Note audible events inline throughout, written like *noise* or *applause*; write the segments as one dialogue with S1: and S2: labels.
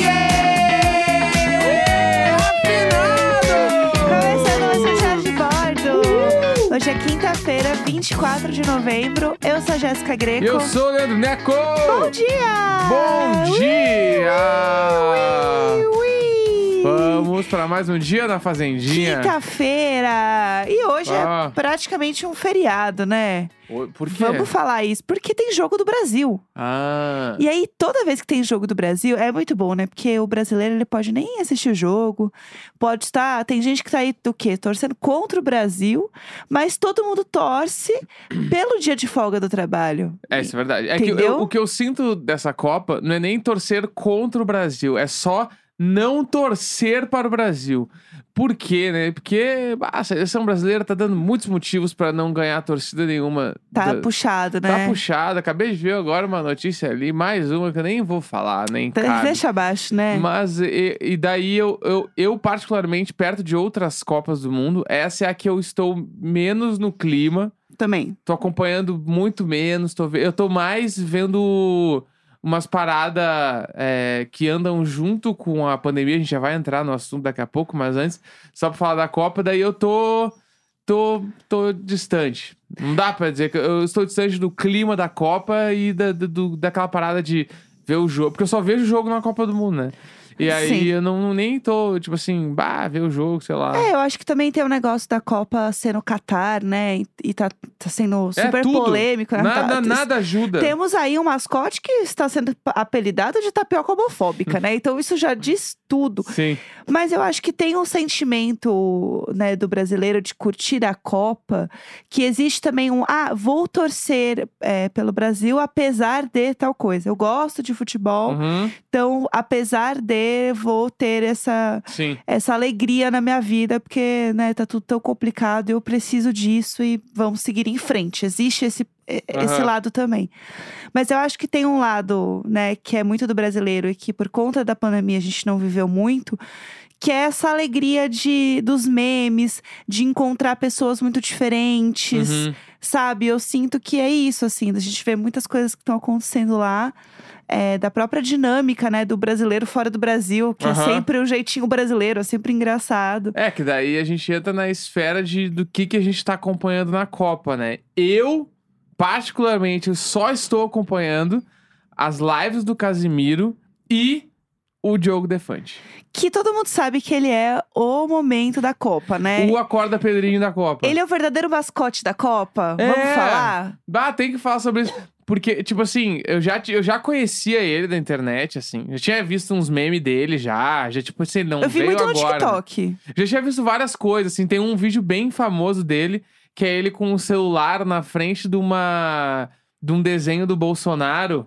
S1: um Hoje é quinta-feira, 24 de novembro. Eu sou a Jéssica Greco.
S2: Eu sou o Leandro Neco!
S1: Bom dia!
S2: Bom dia!
S1: Ui, ui, ui.
S2: Vamos para mais um dia na Fazendinha.
S1: Quinta-feira! E hoje
S2: Ah.
S1: é praticamente um feriado, né?
S2: Oi, Por quê?
S1: Vamos falar isso, porque tem jogo do Brasil.
S2: Ah,
S1: E aí, toda vez que tem jogo do Brasil, é muito bom, né? Porque o brasileiro, ele pode nem assistir o jogo, pode estar... Tem gente que tá aí, do quê? Torcendo contra o Brasil, mas todo mundo
S2: *clears throat*
S1: torce pelo dia de folga do trabalho.
S2: é, isso é verdade. É que eu-
S1: Entendeu?
S2: o que eu sinto dessa Copa não é nem torcer contra o Brasil, é só não torcer para o Brasil. Por quê, né? Porque bah, a seleção brasileira tá dando muitos motivos para não ganhar torcida nenhuma.
S1: Tá
S2: da-
S1: puxado,
S2: Tá
S1: né?
S2: puxada, acabei de ver agora uma notícia ali, mais uma que eu nem vou falar, nem
S1: Tá-
S2: cabe.
S1: Deixa abaixo, né?
S2: Mas, e, e daí eu, eu, eu, particularmente, perto de outras Copas do Mundo, essa é a que eu estou menos no clima.
S1: Também.
S2: Tô acompanhando muito menos. Tô, ve- eu tô mais vendo umas paradas que andam junto com a pandemia. A gente já vai entrar no assunto daqui a pouco, mas antes, só pra falar da Copa, daí eu tô. Tô, tô distante. Não dá pra dizer que eu estou distante do clima da Copa e da, da- do- daquela parada de ver o jogo. Porque eu só vejo o jogo na Copa do Mundo, né? E aí
S1: Sim.
S2: eu não, nem tô, tipo assim, bah, ver o jogo, sei lá.
S1: É, eu acho que também tem o negócio da Copa ser no Catar, né? E- E tá, tá sendo
S2: É
S1: super
S2: tudo.
S1: polêmico. né?
S2: Nada,
S1: Tá-
S2: nada ajuda.
S1: Temos aí um mascote que está sendo pa- apelidado de tapioca homofóbica, né? Então isso já diz tudo.
S2: Sim.
S1: Mas eu acho que tem um sentimento, né, do brasileiro de curtir a Copa, que existe também um, ah, vou torcer é, pelo Brasil apesar de tal coisa. Eu gosto de futebol,
S2: Uhum.
S1: então apesar de vou ter essa *laughs*
S2: Sim.
S1: essa alegria na minha vida, porque, né, tá tudo tão complicado, eu preciso disso e vamos seguir em frente. Existe esse, e- esse
S2: Aham.
S1: lado também. Mas eu acho que tem um lado, né, que é muito do brasileiro e que por conta da pandemia a gente não viveu muito, que é essa alegria de, dos memes, de encontrar pessoas muito diferentes.
S2: Uhum.
S1: Sabe, eu sinto que é isso, assim, a gente vê muitas coisas que estão acontecendo lá, é, da própria dinâmica, né, do brasileiro fora do Brasil, que é
S2: Aham.
S1: sempre o jeitinho brasileiro, é sempre engraçado.
S2: É, que daí a gente entra na esfera de, do que, que a gente tá acompanhando na Copa, né? Eu, particularmente, só estou acompanhando as lives do Casimiro e o Diogo Defante.
S1: Que todo mundo sabe que ele é o momento da Copa, né?
S2: O Acorda Pedrinho da Copa.
S1: Ele é o verdadeiro mascote da Copa, vamos
S2: É.
S1: falar?
S2: Bah, tem que falar sobre isso. Porque, tipo assim, eu já, ti- eu já conhecia ele da internet, assim. Eu tinha visto uns memes dele já. Já, tipo assim, ele não
S1: eu vi
S2: veio
S1: muito no
S2: agora. né? *laughs*
S1: TikTok.
S2: Já tinha visto várias coisas, assim. Tem um vídeo bem famoso dele, que é ele com o celular na frente de uma. de um desenho do Bolsonaro.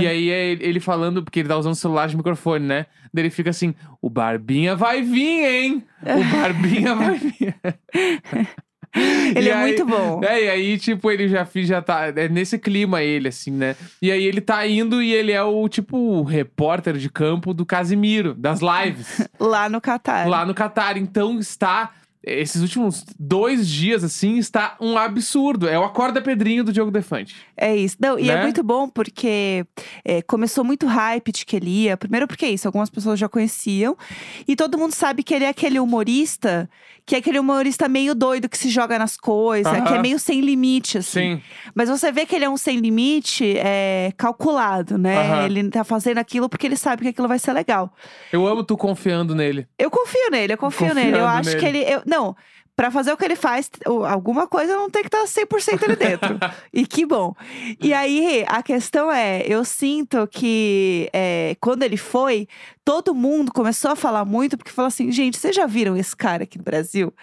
S2: E aí é ele ele falando, porque ele tá usando o celular de microfone, né? Daí ele fica assim: o Barbinha vai vir, hein?
S1: *laughs*
S2: O Barbinha vai vir.
S1: Ele
S2: E
S1: é
S2: aí-
S1: muito bom.
S2: É, e aí, tipo, ele já fiz, já tá. É nesse clima ele, assim, né? E aí ele tá indo e ele é o, tipo, o repórter de campo do Casimiro, das lives.
S1: Lá no Catar.
S2: lá no Catar. Então está. Esses últimos dois dias, assim, está um absurdo. É o Acorda Pedrinho do Diogo Defante.
S1: É isso. Não, e é
S2: Né?
S1: muito bom porque é, começou muito hype de que ele ia. Primeiro porque é isso, algumas pessoas já conheciam. E todo mundo sabe que ele é aquele humorista, que é aquele humorista meio doido que se joga nas coisas,
S2: Aham.
S1: que é meio sem limite, assim. Mas você vê que ele é um sem limite é, calculado, né?
S2: Aham.
S1: Ele tá fazendo aquilo porque ele sabe que aquilo vai ser legal.
S2: Eu amo tu confiando nele.
S1: Eu confio nele, eu confio nele. Eu
S2: Confiando
S1: acho que
S2: nele.
S1: ele. eu- não, pra fazer o que ele faz, t- o- alguma coisa não tem que tá estar 100%
S2: *laughs*
S1: ali dentro. e que bom. E aí, a questão é: eu sinto que é, quando ele foi, todo mundo começou a falar muito, porque falou assim: gente, vocês já viram esse cara aqui no Brasil?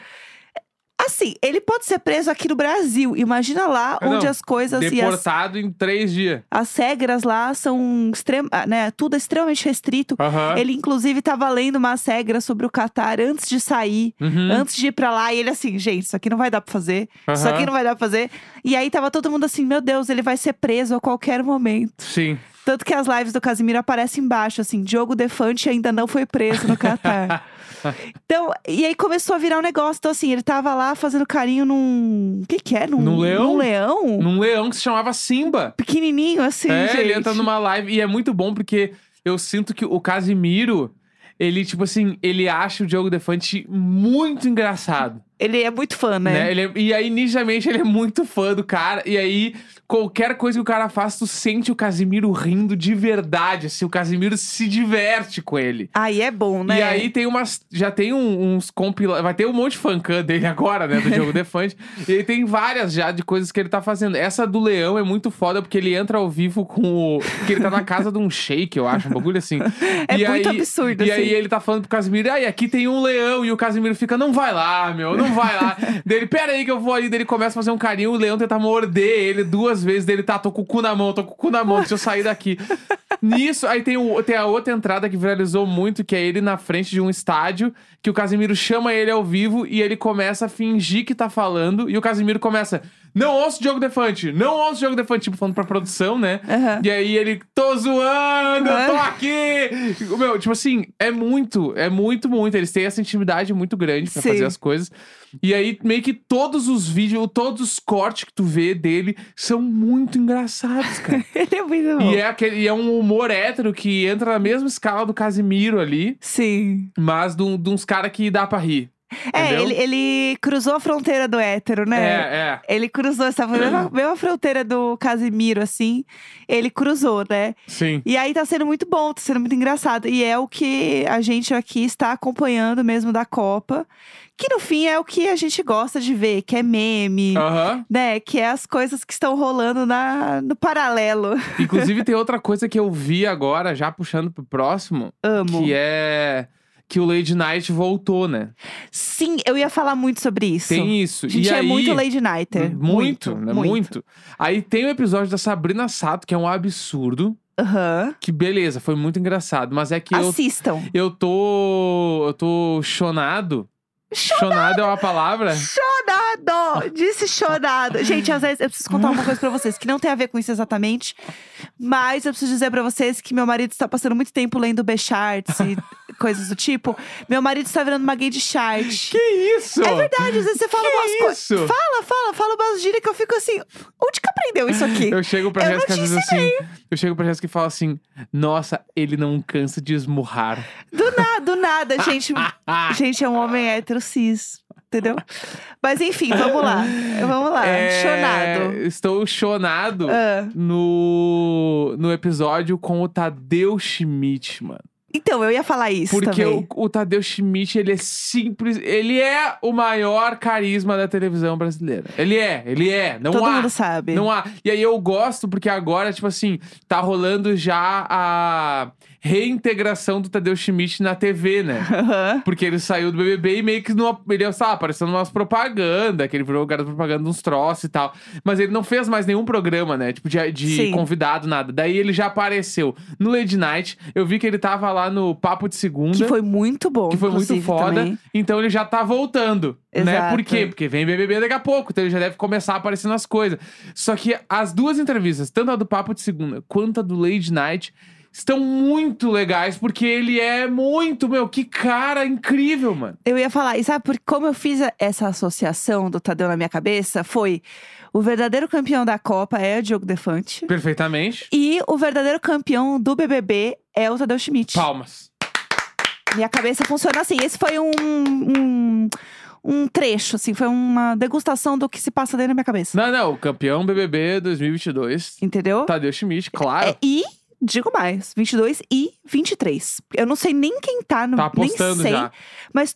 S1: Assim, ele pode ser preso aqui no Brasil. Imagina lá
S2: Ah, não.
S1: onde as coisas e as,
S2: Deportado em três dias.
S1: as regras lá são extrema, né? Tudo é extremamente restrito.
S2: Aham.
S1: Ele, inclusive, tava lendo umas regras sobre o Catar antes de sair,
S2: Uhum.
S1: antes de ir pra lá. E ele assim, gente, isso aqui não vai dar pra fazer. Isso
S2: Aham.
S1: aqui não vai dar pra fazer. E aí tava todo mundo assim, meu Deus, ele vai ser preso a qualquer momento.
S2: Sim.
S1: Tanto que as lives do Casimiro aparecem embaixo, assim, Diogo Defante ainda não foi preso no Catar.
S2: *laughs*
S1: então, e aí começou a virar um negócio. Então, assim, ele tava lá fazendo carinho num. O que que é? Num,
S2: Num leão?
S1: Num leão?
S2: Num leão que se chamava Simba.
S1: Pequenininho, assim.
S2: é,
S1: gente.
S2: ele entra numa live. E é muito bom porque eu sinto que o Casimiro, ele, tipo assim, ele acha o Diogo Defante muito engraçado.
S1: Ele é muito fã, né?
S2: Né? Ele é- e aí, nitidamente, ele é muito fã do cara. E aí, qualquer coisa que o cara faz, tu sente o Casimiro rindo de verdade. Assim, o Casimiro se diverte com ele.
S1: Aí é bom, né?
S2: E aí tem umas. Já tem um- uns compila. Vai ter um monte de fancam dele agora, né? Do
S1: *laughs*
S2: Diogo Defante. E aí tem várias já de coisas que ele tá fazendo. Essa do Leão é muito foda, porque ele entra ao vivo com o. Porque ele tá na casa de um shake, eu acho, um bagulho assim.
S1: *laughs* É
S2: e
S1: muito
S2: aí,
S1: absurdo,
S2: E
S1: assim.
S2: aí ele tá falando pro Casimiro, ah, e aqui tem um leão. E o Casimiro fica, não vai lá, meu, não vai lá. dele, pera aí que eu vou ali. Dele começa a fazer um carinho, o leão tenta morder ele duas vezes. Dele, tá, tô com o cu na mão, tô com o cu na mão, deixa eu sair daqui. Nisso, aí tem, o, tem a outra entrada que viralizou muito, que é ele na frente de um estádio, que o Casimiro chama ele ao vivo e ele começa a fingir que tá falando. E o Casimiro começa, não ouço o Diogo Defante, não ouço o Diogo Defante, tipo, falando pra produção, né?
S1: Aham.
S2: E aí ele, tô zoando, eu tô
S1: Ah.
S2: aqui! Meu, tipo assim, é muito, é muito, muito. Eles têm essa intimidade muito grande pra
S1: Sim.
S2: fazer as coisas. E aí, meio que todos os vídeos, todos os cortes que tu vê dele são muito engraçados,
S1: *laughs*
S2: cara.
S1: *laughs* Ele é muito bom.
S2: e, é aquele, e é um humor hétero que entra na mesma escala do Casimiro ali,
S1: Sim.
S2: mas de um- de uns caras que dá pra rir.
S1: É,
S2: Entendeu?
S1: ele, ele cruzou a fronteira do hétero, né?
S2: É, Uhum. é.
S1: Ele cruzou essa mesma, mesma fronteira do Casimiro, assim. Ele cruzou, né?
S2: Sim.
S1: E aí tá sendo muito bom, tá sendo muito engraçado. E é o que a gente aqui está acompanhando mesmo da Copa. Que no fim é o que a gente gosta de ver, que é meme,
S2: Aham.
S1: né? Que é as coisas que estão rolando na, no paralelo.
S2: Inclusive, tem outra coisa que eu vi agora, já puxando pro próximo,
S1: Amo.
S2: que é que o Lady Night voltou, né?
S1: Sim, eu ia falar muito sobre isso.
S2: Tem isso.
S1: A gente
S2: e
S1: é
S2: aí,
S1: muito Lady Nighter.
S2: Muito, né? Muito. Aí tem o episódio da Sabrina Sato, que é um absurdo.
S1: Aham.
S2: Que beleza, foi muito engraçado. Mas é que eu,
S1: Assistam.
S2: eu tô. Eu tô chonado. Chonado é uma palavra?
S1: Chorado! Disse chorado. Gente, às vezes eu preciso contar uma coisa pra vocês que não tem a ver com isso exatamente. Mas eu preciso dizer pra vocês que meu marido está passando muito tempo lendo B-charts e coisas do tipo. Meu marido está virando uma gay de chart.
S2: Que isso?
S1: É verdade, às vezes você fala
S2: Que é
S1: umas coisas.
S2: isso?
S1: Fala, fala, fala umas gírias que eu fico assim. Onde que aprendeu isso aqui?
S2: Eu chego pra
S1: Eu não
S2: Jéssica às
S1: te
S2: vezes assim. Eu chego pra Jéssica e falo assim: Nossa, ele não cansa de esmurrar.
S1: Do nada, do nada,
S2: *laughs*
S1: gente.
S2: Ah,
S1: Gente, é um homem hétero cis, entendeu? Mas enfim, vamos lá. Vamos lá.
S2: é,
S1: Chonado.
S2: Estou chonado
S1: Ah.
S2: no, no episódio com o Tadeu Schmidt, mano.
S1: Então, eu ia falar isso
S2: Porque
S1: também.
S2: o, o Tadeu Schmidt, ele é simples. Ele é o maior carisma da televisão brasileira. Ele é, ele é. Não
S1: Todo
S2: há.
S1: mundo sabe.
S2: Não há. E aí eu gosto, porque agora, tipo assim, tá rolando já a reintegração do Tadeu Schmidt na TV, né?
S1: Aham.
S2: Porque ele saiu do BBB e meio que não, ele sabe, aparecendo umas propaganda, que ele virou o cara da propaganda de uns troços e tal. Mas ele não fez mais nenhum programa, né? Tipo, de, de
S1: Sim.
S2: convidado, nada. Daí ele já apareceu no Lady Night. Eu vi que ele tava lá no Papo de Segunda.
S1: Que foi muito bom.
S2: Né? que foi muito
S1: inclusive,
S2: foda.
S1: também.
S2: Então ele já tá voltando. Né?
S1: Exato.
S2: Por quê? Porque vem BBB daqui a pouco. Então ele já deve começar aparecendo as coisas. Só que as duas entrevistas, tanto a do Papo de Segunda quanto a do Lady Night. Estão muito legais, porque ele é muito, meu, que cara incrível, mano.
S1: Eu ia falar, e sabe por, como eu fiz a- essa associação do Tadeu na minha cabeça? Foi o verdadeiro campeão da Copa é o Diogo Defante.
S2: Perfeitamente.
S1: E o verdadeiro campeão do BBB é o Tadeu Schmidt.
S2: Palmas.
S1: Minha cabeça funciona assim. Esse foi um, um, um trecho, assim, foi uma degustação do que se passa dentro da minha cabeça.
S2: Não, não, o campeão BBB 2022,
S1: Entendeu?
S2: Tadeu Schmidt, claro.
S1: É, e, digo mais, 22 e 23. Eu não sei nem quem tá no.
S2: Tá
S1: nem
S2: apostando
S1: sei.
S2: já.
S1: Mas,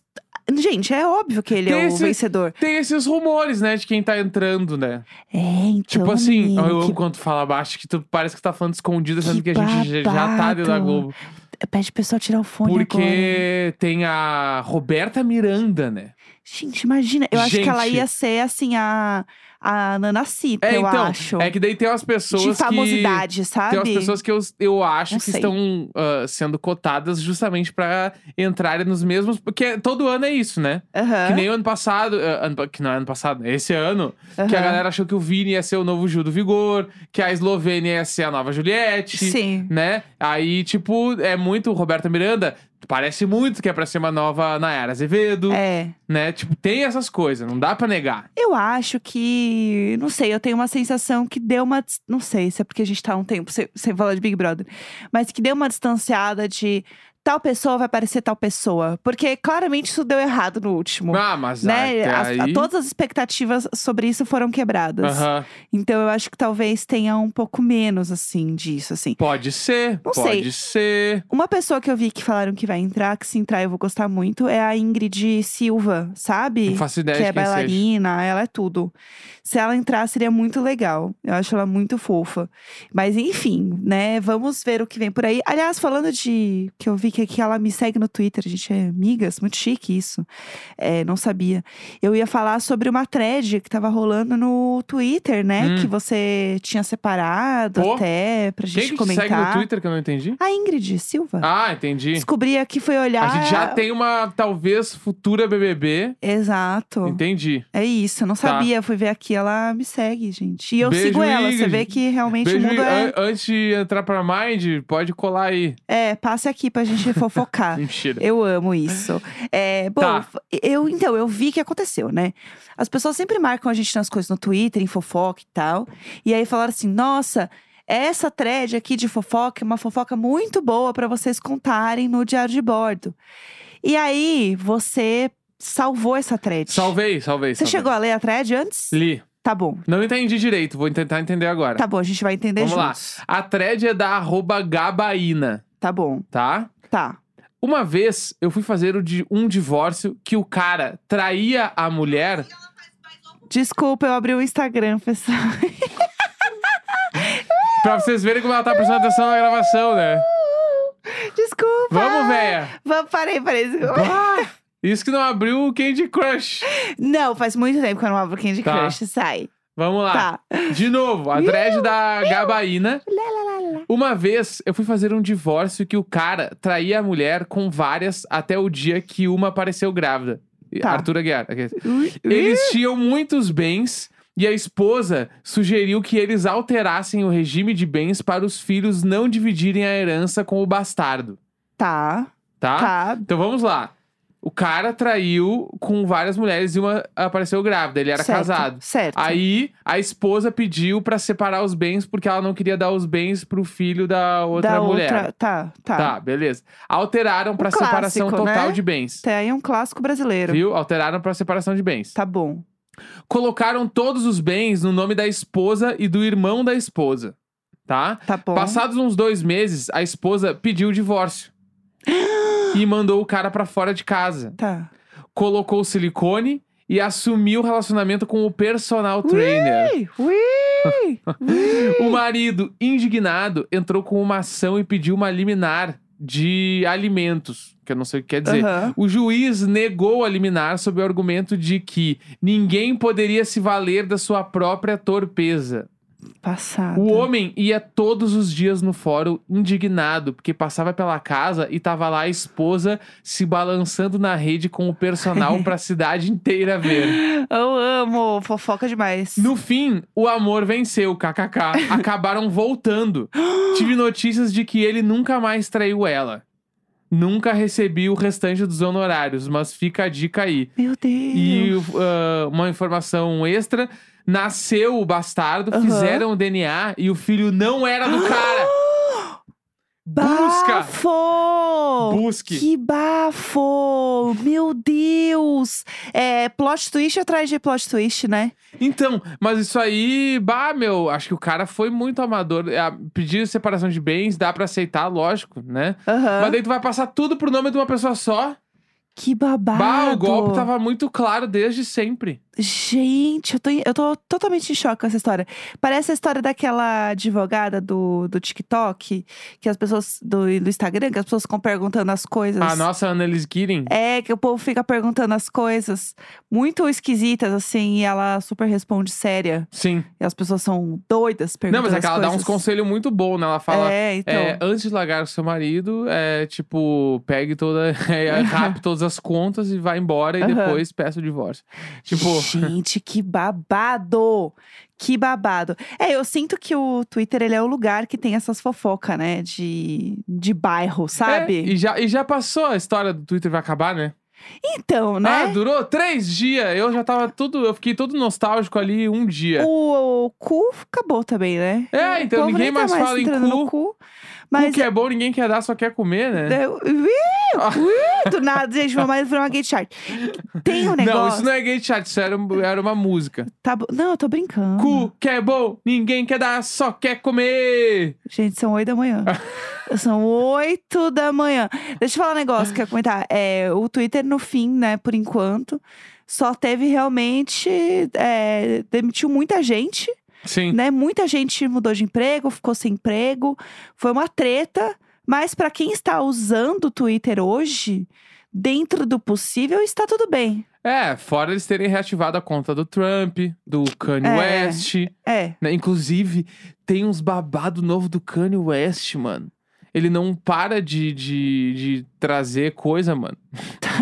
S1: gente, é óbvio que ele
S2: Tem
S1: é o
S2: esse-
S1: vencedor.
S2: Tem esses rumores, né, de quem tá entrando, né?
S1: É, então.
S2: Tipo assim,
S1: amigo,
S2: eu amo
S1: que-
S2: quando tu fala baixo, que tu parece que tá falando escondido, sendo que,
S1: Que
S2: a gente já- já tá dentro da
S1: babado.
S2: Globo.
S1: Pede o pessoal tirar o fone agora.
S2: Porque tem a Roberta Miranda, né?
S1: Gente, imagina. Eu acho que ela
S2: Gente.
S1: ia ser, assim, a, a Nana Cita,
S2: É,
S1: eu
S2: então,
S1: acho.
S2: é que daí tem umas pessoas
S1: de
S2: que...
S1: famosidade, sabe?
S2: Tem umas pessoas que eu, eu acho
S1: Não
S2: que
S1: sei.
S2: estão ah, sendo cotadas justamente pra entrarem nos mesmos... Porque todo ano é isso, né?
S1: Aham,
S2: Que nem o ano passado, eh, ano pa- que não é ano passado, né? esse ano, que a
S1: aham.
S2: galera achou que o Vini ia ser o novo Gil do Vigor, que a Eslovênia ia ser a nova Juliette,
S1: Sim.
S2: né? Aí, tipo, é muito Roberta Miranda, parece muito que é pra ser uma nova Nayara Azevedo,
S1: É.
S2: né? Tipo, tem essas coisas, não dá pra negar.
S1: Eu acho que. Não sei, eu tenho uma sensação que deu uma. dis- Não sei se é porque a gente tá há um tempo sem, sem falar de Big Brother, mas que deu uma distanciada de tal pessoa vai parecer tal pessoa. Porque claramente isso deu errado no último.
S2: Ah, mas
S1: né?
S2: até
S1: As- a-
S2: aí...
S1: todas as expectativas sobre isso foram quebradas.
S2: Aham.
S1: Então eu acho que talvez tenha um pouco menos, assim, disso, assim.
S2: Pode ser,
S1: Não
S2: pode
S1: sei.
S2: ser.
S1: Uma pessoa que eu vi que falaram que vai entrar, que se entrar eu vou gostar muito, é a Ingrid Silva, sabe?
S2: Não faço ideia
S1: que
S2: de
S1: é
S2: quem seja.
S1: bailarina, ela é tudo. Se ela entrar, seria muito legal. Eu acho ela muito fofa. Mas enfim, né? Vamos ver o que vem por aí. Aliás, falando de. Que eu vi que aqui ela me segue no Twitter, a gente é amigas, muito chique isso. É, não sabia. Eu ia falar sobre uma thread que tava rolando no Twitter, né?
S2: Hum.
S1: Que você tinha separado
S2: Pô,
S1: até pra gente
S2: Quem que te
S1: comentar.
S2: segue no Twitter que eu não entendi?
S1: A Ingrid Silva.
S2: Ah, entendi.
S1: Descobri aqui, foi olhar.
S2: A gente já tem uma, talvez, futura BBB.
S1: Exato.
S2: Entendi.
S1: É isso, eu não
S2: Tá.
S1: sabia. Fui ver aqui, ela me segue, gente. E eu
S2: Beijo,
S1: sigo ela, você
S2: Ingrid.
S1: vê que realmente
S2: Beijo,
S1: o mundo é.
S2: an- antes de entrar pra Mind, pode colar aí.
S1: É, passe aqui pra
S2: *laughs*
S1: gente fofocar.
S2: Mentira.
S1: Eu amo isso. É, bom,
S2: Tá.
S1: f- eu então, eu vi que aconteceu, né? As pessoas sempre marcam a gente nas coisas no Twitter, em fofoca e tal. E aí falaram assim: nossa, essa thread aqui de fofoca é uma fofoca muito boa pra vocês contarem no diário de bordo. E aí, você salvou essa thread.
S2: Salvei, salvei.
S1: Você
S2: salvei.
S1: chegou a ler a thread antes?
S2: Li.
S1: Tá bom.
S2: Não entendi direito, vou tentar entender agora.
S1: Tá bom, a gente vai entender
S2: Vamos lá.
S1: juntos.
S2: A thread é da arroba Gabaína,
S1: Tá bom.
S2: tá?
S1: Tá.
S2: Uma vez eu fui fazer o de um divórcio que o cara traía a mulher.
S1: Desculpa, eu abri o Instagram, pessoal. *laughs*
S2: Pra vocês verem como ela tá prestando atenção na gravação, né?
S1: Desculpa.
S2: Vamos, véia!
S1: Vamos, parei, parei. desculpa.
S2: Ah, isso que não abriu o Candy Crush.
S1: Não, faz muito tempo que eu não abro Candy
S2: Tá.
S1: Crush. Sai.
S2: Vamos lá.
S1: Tá.
S2: De novo, a thread da Gabaína.
S1: Lá, lá, lá, lá.
S2: Uma vez eu fui fazer um divórcio que o cara traía a mulher com várias até o dia que uma apareceu grávida. E-
S1: Tá.
S2: Arthur Aguiar. aqui. Eles tinham muitos bens e a esposa sugeriu que eles alterassem o regime de bens para os filhos não dividirem a herança com o bastardo,
S1: Tá.
S2: tá?
S1: Tá.
S2: Então vamos lá. O cara traiu com várias mulheres e uma apareceu grávida, ele era
S1: certo,
S2: casado.
S1: Certo.
S2: Aí a esposa pediu pra separar os bens porque ela não queria dar os bens pro filho da outra
S1: da
S2: mulher.
S1: outra. Tá, tá.
S2: Tá, beleza. Alteraram pra separação
S1: clássico,
S2: total
S1: né?
S2: de bens.
S1: Até aí é um clássico brasileiro.
S2: Viu? Alteraram pra separação de bens.
S1: Tá bom.
S2: Colocaram todos os bens no nome da esposa e do irmão da esposa. Tá?
S1: Tá bom.
S2: Passados uns dois meses, a esposa pediu o divórcio. e mandou o cara pra fora de casa.
S1: Tá.
S2: Colocou silicone e assumiu o relacionamento com o personal trainer.
S1: Ui,
S2: *laughs*
S1: ui.
S2: O marido, indignado, entrou com uma ação e pediu uma liminar de alimentos, que eu não sei o que quer dizer.
S1: Aham.
S2: O juiz negou a liminar sob o argumento de que ninguém poderia se valer da sua própria torpeza.
S1: Passado.
S2: O homem ia todos os dias no fórum indignado, porque passava pela casa e tava lá a esposa se balançando na rede com o personal pra cidade inteira ver.
S1: Eu amo. Fofoca demais.
S2: No fim, o amor venceu, kkk. Acabaram voltando. Tive notícias de que ele nunca mais traiu ela. Nunca recebi o restante dos honorários, mas fica a dica aí.
S1: Meu Deus.
S2: E ah, uma informação extra: nasceu o bastardo,
S1: Aham.
S2: fizeram o DNA e o filho não era do cara.
S1: *gasps*
S2: Busca!
S1: Bafo!
S2: Busque.
S1: Que bafo! Meu Deus! É, plot twist atrás de plot twist, né?
S2: Então, mas isso aí, bah, meu, acho que o cara foi muito amador. Ah, Pedir separação de bens dá pra aceitar, lógico, né?
S1: Aham.
S2: Mas daí tu vai passar tudo pro nome de uma pessoa só.
S1: Que babado!
S2: Bah, o golpe tava muito claro desde sempre.
S1: Gente, eu tô, eu tô totalmente em choque com essa história. Parece a história daquela advogada do, do TikTok, que as pessoas. Do, do Instagram, que as pessoas ficam perguntando as coisas.
S2: A nossa Annelise Keating.
S1: É, que o povo fica perguntando as coisas muito esquisitas, assim, e ela super responde séria.
S2: Sim.
S1: E as pessoas são doidas
S2: Não,
S1: perguntando
S2: mas é que
S1: as
S2: ela dá uns
S1: coisas.
S2: conselhos muito bons, né? Ela fala.
S1: É, então.
S2: é, antes de largar o seu marido, é tipo, pegue toda. *laughs* É,
S1: *laughs*
S2: rape todas as contas e vá embora e
S1: Aham.
S2: depois peça o divórcio. Tipo,
S1: Gente, que babado! Que babado. É, eu sinto que o Twitter, ele é o lugar que tem essas fofocas, né? De, de bairro,
S2: é,
S1: sabe?
S2: e, já, e já passou a história do Twitter vai acabar, né?
S1: Então,
S2: Ah,
S1: né?
S2: durou três dias. Eu já tava tudo. Eu fiquei todo nostálgico ali um dia.
S1: o, o cu acabou também, né?
S2: É, então
S1: O povo
S2: ninguém
S1: nem tá
S2: mais
S1: mais
S2: fala em
S1: entrando no cu.
S2: O
S1: Mas.
S2: que é bom, ninguém quer dar, só quer comer, né? Ah.
S1: Eu- Ui, ui, do nada, gente, meu marido virou uma gay chart. Tem um negócio.
S2: Não, isso não é gay chat, isso era, um- era uma música.
S1: Tá bo- Não, eu tô brincando.
S2: Cu que é bom, ninguém quer dar, só quer comer.
S1: Gente, são oito da
S2: *laughs*
S1: manhã. são oito da manhã. Deixa eu falar um negócio que eu ia comentar. É, o Twitter, no fim, né, por enquanto, só teve realmente. é, demitiu muita gente,
S2: Sim.
S1: né? Muita gente mudou de emprego, ficou sem emprego. Foi uma treta. Mas pra quem está usando o Twitter hoje, dentro do possível, está tudo bem.
S2: É, fora eles terem reativado a conta do Trump, do Kanye
S1: É.
S2: West.
S1: É.
S2: né? Inclusive, tem uns babado novo do Kanye West, mano. Ele não para de, de, de trazer coisa, mano.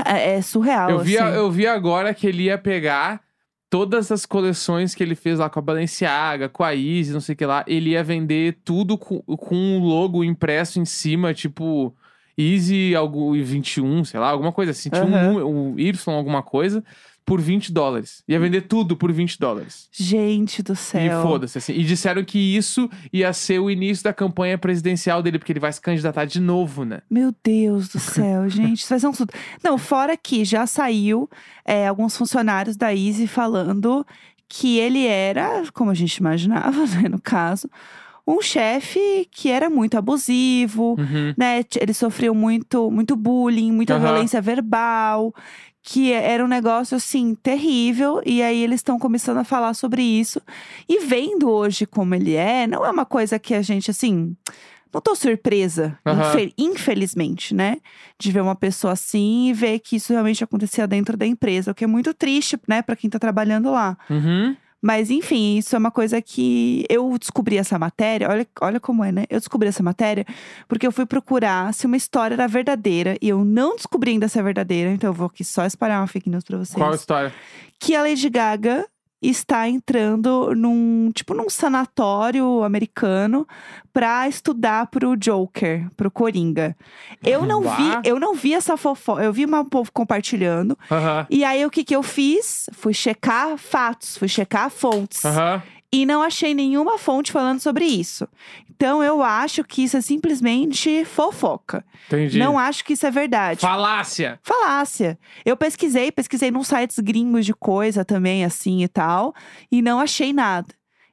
S1: É é surreal.
S2: eu, vi, a-
S1: assim.
S2: eu vi agora que ele ia pegar todas as coleções que ele fez lá com a Balenciaga, com a Yeezy, não sei o que lá. Ele ia vender tudo com, com um logo impresso em cima, tipo Easy algo, e 21, sei lá, alguma coisa assim. Tinha um
S1: Aham.
S2: número, um Y, alguma coisa, por 20 dólares. Ia vender tudo por 20 dólares.
S1: Gente do
S2: E
S1: céu.
S2: foda-se, assim. E disseram que isso ia ser o início da campanha presidencial dele, porque ele vai se candidatar de novo, né?
S1: Meu Deus do céu, gente, isso vai ser um susto. Não, fora que já saiu é, alguns funcionários da Easy falando que ele era, como a gente imaginava, *laughs* né, no caso, um chefe que era muito abusivo,
S2: Uhum.
S1: né? t- Ele sofreu muito, muito bullying, muita
S2: Aham.
S1: violência verbal, que é- era um negócio assim terrível. E aí eles estão começando a falar sobre isso e vendo hoje como ele é, não é uma coisa que a gente assim. Não tô surpresa,
S2: Aham.
S1: infe- infelizmente, né? De ver uma pessoa assim e ver que isso realmente acontecia dentro da empresa, o que é muito triste, né, pra quem tá trabalhando lá.
S2: Uhum.
S1: Mas enfim, isso é uma coisa que eu descobri essa matéria. Olha, olha como é, né? Eu descobri essa matéria porque eu fui procurar se uma história era verdadeira e eu não descobri ainda se é verdadeira. Então eu vou aqui só espalhar uma fake news pra vocês.
S2: Qual é a história?
S1: Que a Lady Gaga está entrando num tipo num sanatório americano pra estudar pro Joker, pro Coringa. Eu não
S2: Bah.
S1: vi, eu não vi essa fofoca. Eu vi um povo compartilhando.
S2: Aham.
S1: E aí o que que eu fiz? Fui checar fatos, fui checar fontes.
S2: Aham.
S1: E não achei nenhuma fonte falando sobre isso. Então eu acho que isso é simplesmente fofoca.
S2: Entendi.
S1: Não acho que isso é verdade.
S2: Falácia.
S1: Falácia. Eu pesquisei, pesquisei num sites gringos de coisa também, assim e tal, e não achei nada.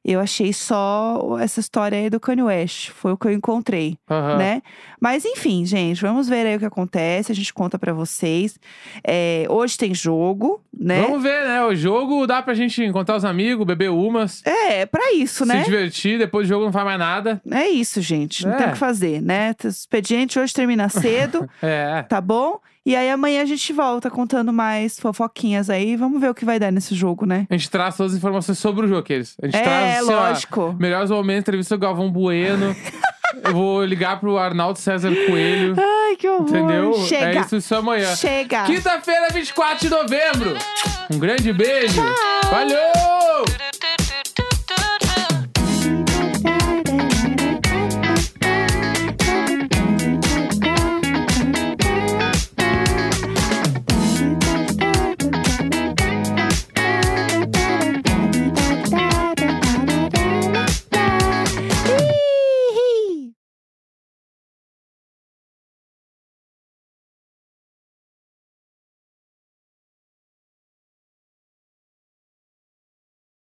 S1: Eu achei só essa história aí do Kanye West. Foi o que eu encontrei
S2: Aham.
S1: né? Mas enfim, gente, vamos ver aí o que acontece. A gente conta pra vocês. É, hoje tem jogo, né?
S2: Vamos ver, né? O jogo dá pra gente encontrar os amigos, beber umas,
S1: É, é pra isso,
S2: se
S1: né?
S2: divertir, depois do jogo não faz mais nada.
S1: É isso, gente. Não tem
S2: É.
S1: o que fazer, né? O expediente hoje termina *laughs* cedo,
S2: É.
S1: tá bom? E aí amanhã a gente volta contando mais fofoquinhas aí. Vamos ver o que vai dar nesse jogo, né?
S2: A gente traz todas as informações sobre o jogo, aqueles. A gente traz.
S1: é,
S2: assim, ó,
S1: lógico.
S2: melhores momentos, entrevista do Galvão
S1: *laughs*
S2: Bueno. Eu vou ligar pro Arnaldo César Coelho.
S1: Ai, que horror.
S2: Entendeu?
S1: Chega.
S2: É isso, isso é amanhã.
S1: Chega.
S2: Quinta-feira, 24 de novembro. Um grande beijo. Valeu!